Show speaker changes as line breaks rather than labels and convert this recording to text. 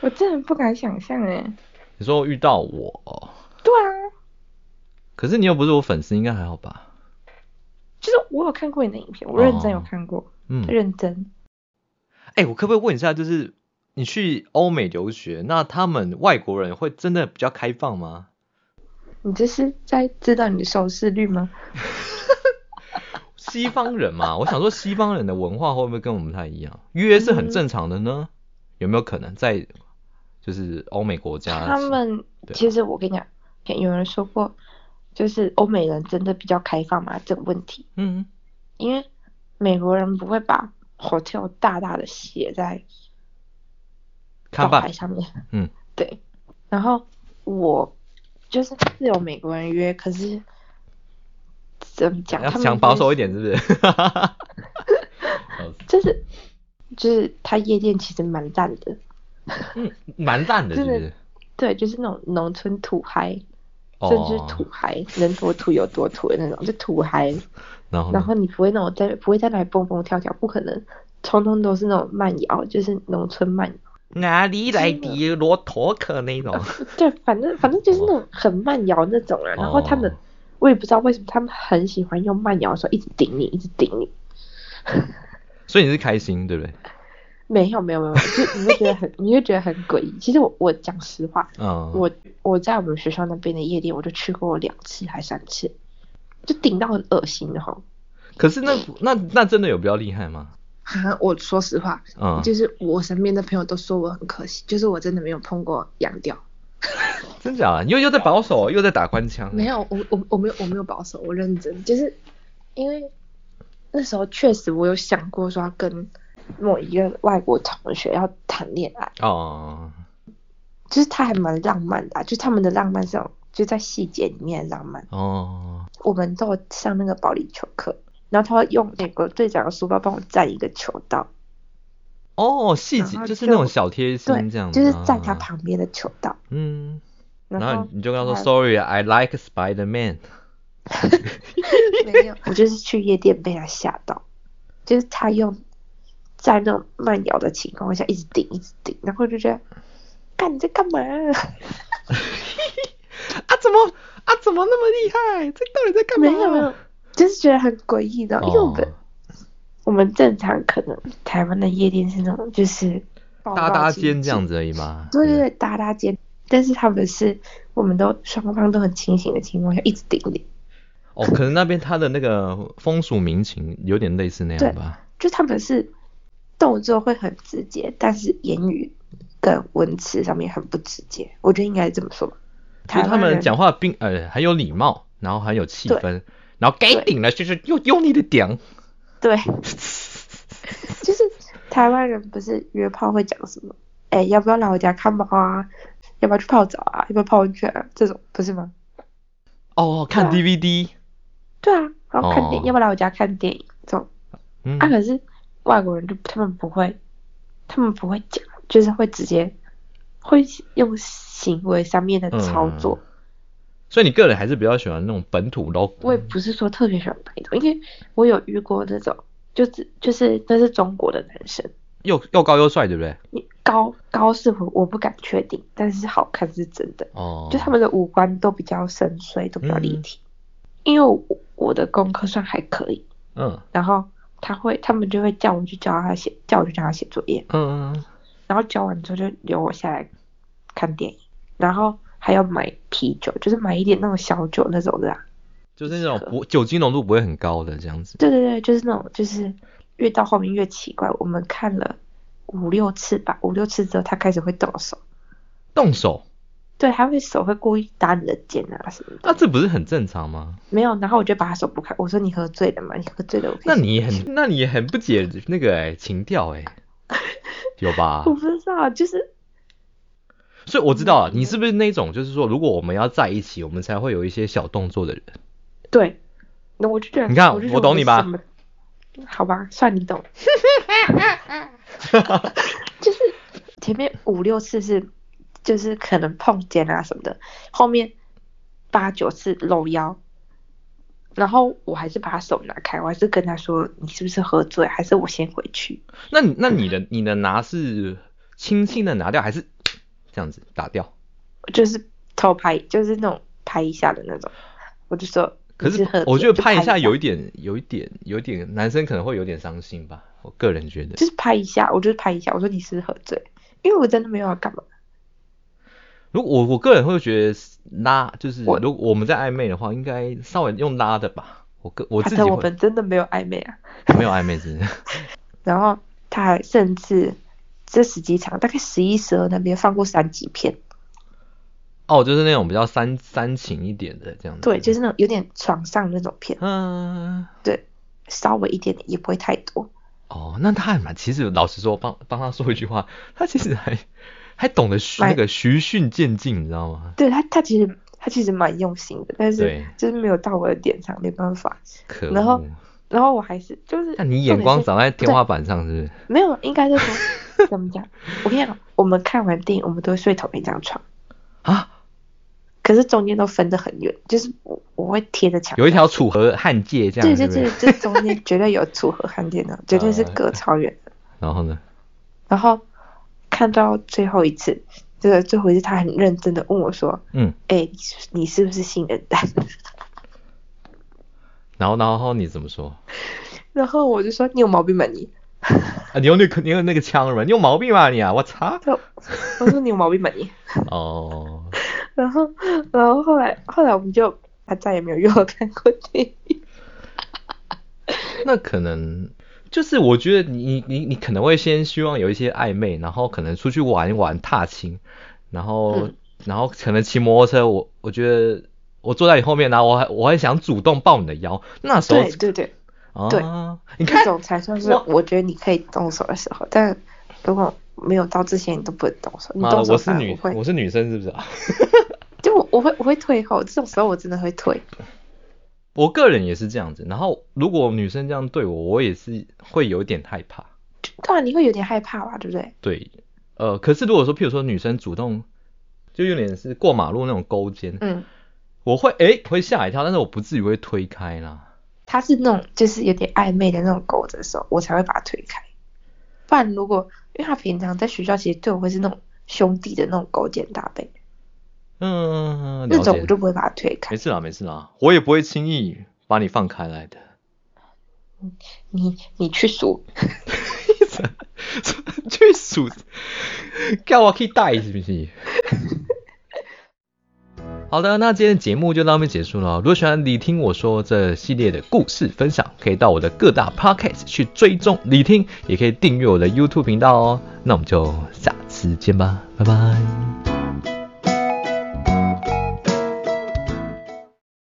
我真的不敢想象哎。
你说遇到我，
对啊，
可是你又不是我粉丝，应该还好吧？
就是我有看过你的影片，我认真有
哦
看过，
嗯，
认真。
哎、我可不可以问一下，就是你去欧美留学，那他们外国人会真的比较开放吗？
你这是在知道你的收视率吗？
西方人嘛，我想说西方人的文化会不会跟我们不太一样？约是很正常的呢，有没有可能在就是欧美国家？
他们
对啊
其实我跟你讲，有人说过，就是欧美人真的比较开放嘛这个问题，
嗯，
因为美国人不会把 hotel 大大的写在招
看吧
牌，上面，
嗯，
对。然后我就是是有美国人约，可是怎么讲？
要
他们
想保守一点，是不是？
就是，就是就是他夜店其实蛮赞的，
嗯，蛮烂的，是不
真
是？
对，就是那种农村土嗨，
哦
这就是土嗨，能多土有多土的那种，就土嗨。
嗯然后呢
然后你不会那种在不会在那里蹦蹦跳跳，不可能，通通都是那种慢摇，就是农村慢摇。
哪里来的骆驼壳 那种？
对，反正反正就是那种很慢摇那种啊。然后他们，
哦
我也不知道为什么他们很喜欢用慢摇的时候一直顶你，一直顶你。
所以你是开心，对不对？
没有没有没有，就你会觉得很 你会觉得很诡异。其实我我讲实话，
嗯，
我我在我们学校那边的夜店，我就去过两次还三次，就顶到很恶心的吼。
可是那那那真的有比较厉害吗？
啊， 我说实话，
嗯，
就是我身边的朋友都说我很可惜，就是我真的没有碰过洋调。
真假啊的？又又在保守，哦又在打官腔，
没有，我我我没有我没有保守，我认真，就是因为那时候确实我有想过说要跟某一个外国同学要谈恋爱，
哦，
就是他还蛮浪漫的啊、就他们的浪漫是那种就在细节里面的浪漫。
哦，
我们都有上那个保龄球课，然后他会用美国队长的书包帮我占一个球道，
哦，细
然
节
后
就是
就
那种小贴
对
心这样，，
就是在他
啊，
旁边的球道，
嗯，
然
然后
后
你就跟他说
他
Sorry, I like Spider Man。
没有，我就是去夜店被他吓到，就是他用在那种慢摇的情况下一直顶一直顶，然后我就觉得，干你在干嘛？
啊怎么啊怎么那么厉害？这到底在干嘛？
没有没有，就是觉得很诡异的，因为我们、
哦
我们正常可能台湾的夜店是那种就是
搭搭肩这样
子，
子而已嘛。
对对
不
对，搭搭肩，但是他们是我们都双方都很清醒的情况下一直顶顶，
哦，可能那边他的那个风俗民情有点类似那
对
样吧。
就他们是动作会很直接，但是言语跟文词上面很不直接。我觉得应该这么说吧。
就
台
是他
湾
们
人
讲话并呃很有礼貌，然后很有气
对
氛，然后该
对
顶了就是用用力的顶。
对， 就是台湾人不是约炮会讲什么？哎、要不要来我家看猫啊？要不要去泡澡啊？要不要泡温泉啊？这种不是吗？
哦，看
对啊
DVD，
对啊，然后看电影，
哦
要不要来我家看电影？这种
嗯
啊，，可是外国人就他们不会，他们不会讲，就是会直接会用行为上面的操作。
嗯所以你个人还是比较喜欢那种本土 local。
我也不是说特别喜欢白种，因为我有遇过那种，就是就是那是中国的男生，
又又高又帅，对不对？
你高高是我我不敢确定，但是好看是真的，
哦，
就他们的五官都比较深邃，都比较立
嗯
体。因为我我的功课算还可以，
嗯
然后他会他们就会叫我去教他写，叫我去教他写作业，
嗯嗯
然后教完之后就留我下来看电影，然后还要买啤酒，就是买一点那种小酒那种的啊。
就是那种不酒精浓度不会很高的这样子。
对对对，就是那种，就是越到后面越奇怪。我们看了五六次吧，五六次之后，他开始会动手，
动手，
对，他会手会故意打你的肩啊什么的。
那这不是很正常吗？
没有，然后我就把他手拨开，我说你喝醉了吗？你喝醉了，我可以
那
先
你也很，那你也很不解那个哎、情调哎、有吧
我？不知道，就是
所以我知道啊，你是不是那种就是说，如果我们要在一起，我们才会有一些小动作的人？
对，那我就觉得，
你看
我就觉得
我懂你吧
什么？好吧，算你懂。 就是前面五六次是就是可能碰肩啊什么的，后面八九次搂腰，然后我还是把他手拿开，我还是跟他说你是不是喝醉，还是我先回去？
那你那你的你的拿是轻轻的拿掉，还是这样子打掉。
就是偷拍，就是那种拍一下的那种。我就说，
可
你
是
和
我
平
觉得
就
拍
拍
一下有
一
一点，有一点，有一点，男生可能会有点伤心吧。我个人觉得，
就是拍一下，我就是拍一下。我说你是不是喝醉，因为我真的没有要干嘛。
如果我我个人会觉得拉，就是
我
如果我们在暧昧的话，应该稍微用拉的吧。我个我
反
自己
正我
会
们真的没有暧昧啊。
没有暧昧之，
然后他还甚至这十几场，大概十一、十二那边放过三级片，
哦，就是那种比较煽煽情一点的这样子。
对，就是那种有点床上那种片，
嗯，
对，稍微一点点也不会太多。
哦，那他还蛮，其实老实说，帮帮他说一句话，他其实还还懂得循
蛮
那个循序渐进，你知道吗？
对他，他其实他其实蛮用心的，但
对
是就是没有到我的点上，没办法。
可
然后
恶，
然后我还是就是，
那你眼光长在天花板上是不是？
没有，应该是说怎么讲？我跟你讲，我们看完电影，我们都会睡同一张床，
啊，
可是中间都分得很远，就是我我会贴着墙。
有一条楚河汉界这样，
对
是
对
不是
对，就中间绝对有楚河汉界的，绝对是
啊
隔超远的。
然后呢？
然后看到最后一次，就是最后一次，他很认真的问我说
嗯，：“
哎、你是你是不是性冷淡
然后然后你怎么说？？”
然后我就说：“你有毛病吧你
啊，你用那个你用那个腔了，你有毛病吧你啊！我操！”
就我说：“你有毛病吧你。
哦，”
然后然后后来后来我们就他再也没有约我看过电影。
那可能就是我觉得你你你你可能会先希望有一些暧昧，然后可能出去玩一玩踏青，然后、
嗯
然后可能骑摩托车，我我觉得我坐在你后面，然后我还我还想主动抱你的腰，那时候
对对对。对
啊，你
这
看
种才算是
我
我觉得你可以动手的时候，但如果没有到之前，你都不能动手。你
妈的，
动手
我是
反而
女
会，
我是女生是不是啊？
就我我会我会退后，这种时候我真的会退。
我个人也是这样子，然后如果女生这样对我，我也是会有一点害怕。
就当然你会有点害怕吧，对不对？
对，呃，可是如果说，譬如说女生主动，就有点是过马路那种勾肩，
嗯，
我会诶、会吓一跳，但是我不至于会推开啦。
他是那种就是有点暧昧的那种勾着的时候，我才会把他推开。不然如果因为他平常在学校其实对我会是那种兄弟的那种勾肩搭背，
嗯，
那
了
种我
解。
就不会把他推
没
开。
事啦，没事啦，我也不会轻易把你放开来的。
你你去数，
去数，叫我去带是不是？好的，那今天的节目就到这边结束了哦。如果喜欢你听我说这系列的故事分享，可以到我的各大 podcast 去追踪你听，也可以订阅我的 YouTube 频道哦。那我们就下次见吧，拜拜。